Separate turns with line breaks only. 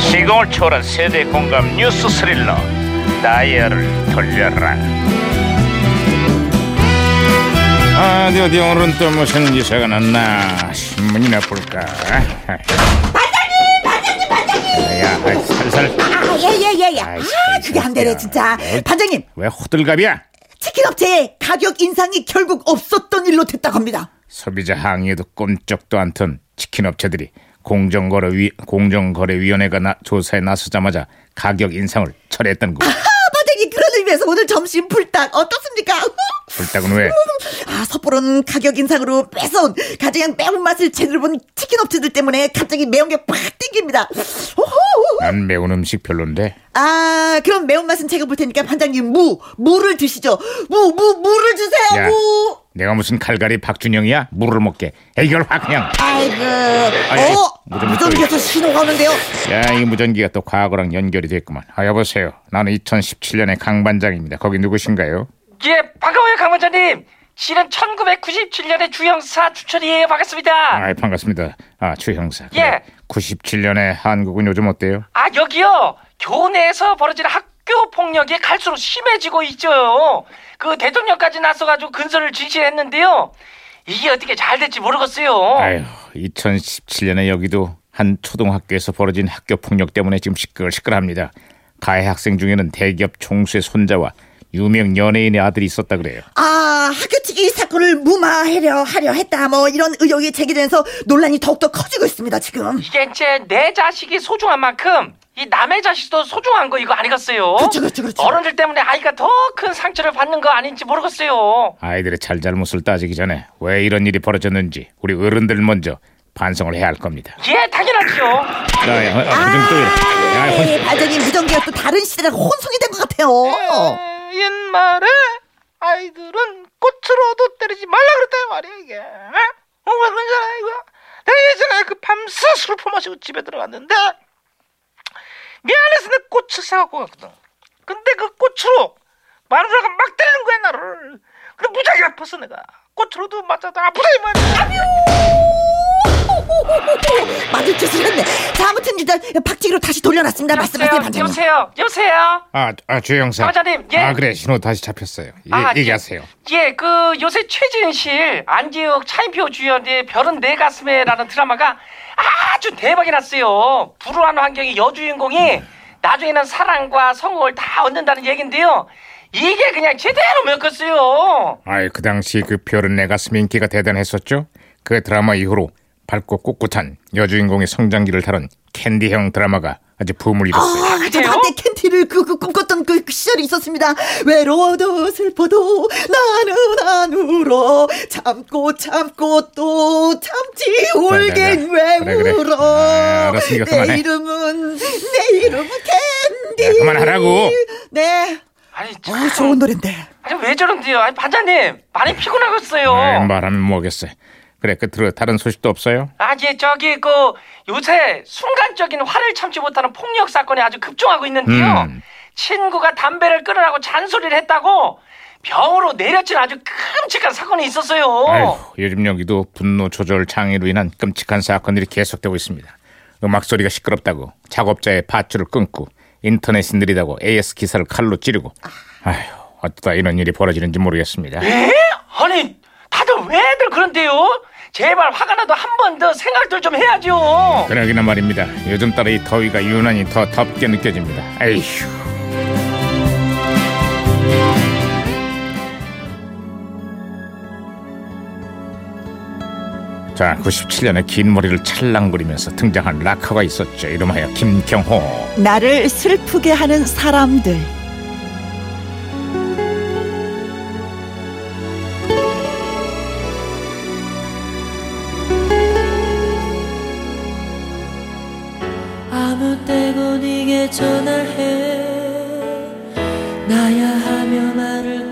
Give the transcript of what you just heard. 시공을 초월한 세대 공감 뉴스 스릴러 다이얼을 돌려라 아, 어디 어디 오늘은 또 무슨 기사가 났나 신문이나 볼까 반장님 반장님 반장님 야 살살
아, 예, 예, 예, 예. 아,
아이,
그게 안 되네, 진짜.
네.
반장님,
왜 호들갑이야
치킨 업체의 가격 인상이 결국 없었던 일로 됐다고 합니다.
소비자 항의에도 꼼짝도 않던 치킨 업체들이 공정거래위 공정거래위원회가 나, 조사에 나서자마자 가격 인상을 철회했다는 거.
아, 반장님, 그런 의미에서 오늘 점심 불닭 어떻습니까?
불닭은 왜?
아, 섣부른 가격 인상으로 뺏어온 가장 매운맛을 제대로 본 치킨 업체들 때문에 갑자기 매운 게 팍 땡깁니다. 오호!
난 매운 음식 별론데.
아, 그럼 매운맛은 제가 볼 테니까 반장님, 무, 무를 드시죠. 무, 무, 무를 주세요,
야.
무!
내가 무슨 칼갈이 박준영이야? 물을 먹게. 해결 확 그냥.
아이고,
아니,
어?
무전기
무전기에서 신호가 오는데요.
야, 이 무전기가 또 과거랑 연결이 됐구만. 아, 여보세요. 나는 2017년의 강 반장입니다. 거기 누구신가요?
예, 반가워요, 강원장님. 실은 1997년에 주형사 추천이에요. 반갑습니다.
아, 반갑습니다. 아, 추 형사.
예.
97년의 한국은 요즘 어때요?
아, 여기요. 교내에서 벌어지는 학교 폭력이 갈수록 심해지고 있죠. 그 대통령까지 나서가지고 근서를 지시했는데요. 이게 어떻게 잘 될지 모르겠어요.
아휴, 2017년에 여기도 한 초등학교에서 벌어진 학교 폭력 때문에 지금 시끌시끌합니다. 가해 학생 중에는 대기업 총수의 손자와 유명 연예인의 아들이 있었다 그래요.
아, 학교 측이 이 사건을 무마하려 하려 했다. 뭐 이런 의혹이 제기되면서 논란이 더욱더 커지고 있습니다, 지금.
이게 이제 내 자식이 소중한 만큼 이 남의 자식도 소중한 거 이거 아니겠어요?
그렇죠, 그렇죠, 그렇죠.
어른들 때문에 아이가 더 큰 상처를 받는 거 아닌지 모르겠어요.
아이들의 잘잘못을 따지기 전에 왜 이런 일이 벌어졌는지 우리 어른들 먼저 반성을 해야 할 겁니다.
예, 당연하죠.
자, 야, 어, 무슨 또 이래. 야, 혼-
아, 예, 반장님 무전기가 또 다른 시대랑 혼성이 된 것
네.
같아요.
옛말에 아이들은 꽃으로도 때리지 말라 그랬단 말이야 이게 어? 왜 그런지 알아 이거 내가 예전에 그 밤새 술 퍼마시고 집에 들어갔는데 미안해서 내 꽃을 사갖고 갔거든 근데 그 꽃으로 마누라가 막 때리는 거야 나를 근데 무지하게 아팠어 내가 꽃으로도 맞아도 아프다 이 말이야
맞을 짓을 했네. 자, 아무튼 일단 박치기로 다시 돌려놨습니다.
그렇죠.
말씀하세요, 반장님.
여보세요 여보세요
아, 아, 주 형사.
사무장님, 예.
아, 그래. 신호 다시 잡혔어요. 예,
아,
얘기하세요.
예, 그 요새 최진실, 안지욱, 차인표 주연의 별은 내 가슴에라는 드라마가 아주 대박이 났어요. 불우한 환경의 여주인공이
음.
나중에는 사랑과 성공을 다 얻는다는 얘긴데요. 이게 그냥 제대로 먹었어요.
아이, 그 당시 그 별은 내 가슴 인기가 대단했었죠. 그 드라마 이후로 밝고 꿋꿋한 여주인공의 성장기를 다룬 캔디형 드라마가 아주 붐을 일었어요.
아, 저
그래요?
한때 캔티를 그, 그 꿈꿨던 그 시절이 있었습니다. 외로워도 슬퍼도 나는 안 울어. 참고 참고 또 참지 울긴 왜
그래, 그래.
울어.
아, 알았어, 이거 그만해.
내 이름은 내 이름은 캔디.
야, 그만하라고.
네.
아니,
어,
참,
좋은 노랜데.
아니 왜 저런데요? 아니 반장님 많이
아이,
피곤하겠어요.
말하면 뭐겠어요. 그래, 끝으로 다른 소식도 없어요?
아, 예, 저기 그 요새 순간적인 화를 참지 못하는 폭력 사건이 아주 급증하고 있는데요.
음.
친구가 담배를 끊으라고 잔소리를 했다고 병으로 내려친 아주 끔찍한 사건이 있었어요.
아휴, 요즘 여기도 분노 조절 장애로 인한 끔찍한 사건들이 계속되고 있습니다. 음악 소리가 시끄럽다고 작업자의 밧줄을 끊고 인터넷이 느리다고 AS 기사를 칼로 찌르고 아휴, 어쩌다 이런 일이 벌어지는지 모르겠습니다.
에? 아니, 다들 왜들 그런데요? 제발 화가 나도 한 번 더 생각들 좀
음,
해야죠.
그러기는 말입니다. 요즘 따라 이 더위가 유난히 더 덥게 느껴집니다. 에휴. 자, 97년에 긴 머리를 찰랑거리면서 등장한 락커가 있었죠. 이름하여 김경호.
나를 슬프게 하는 사람들.
아무 때고 네게 전화해 나야 하며 말을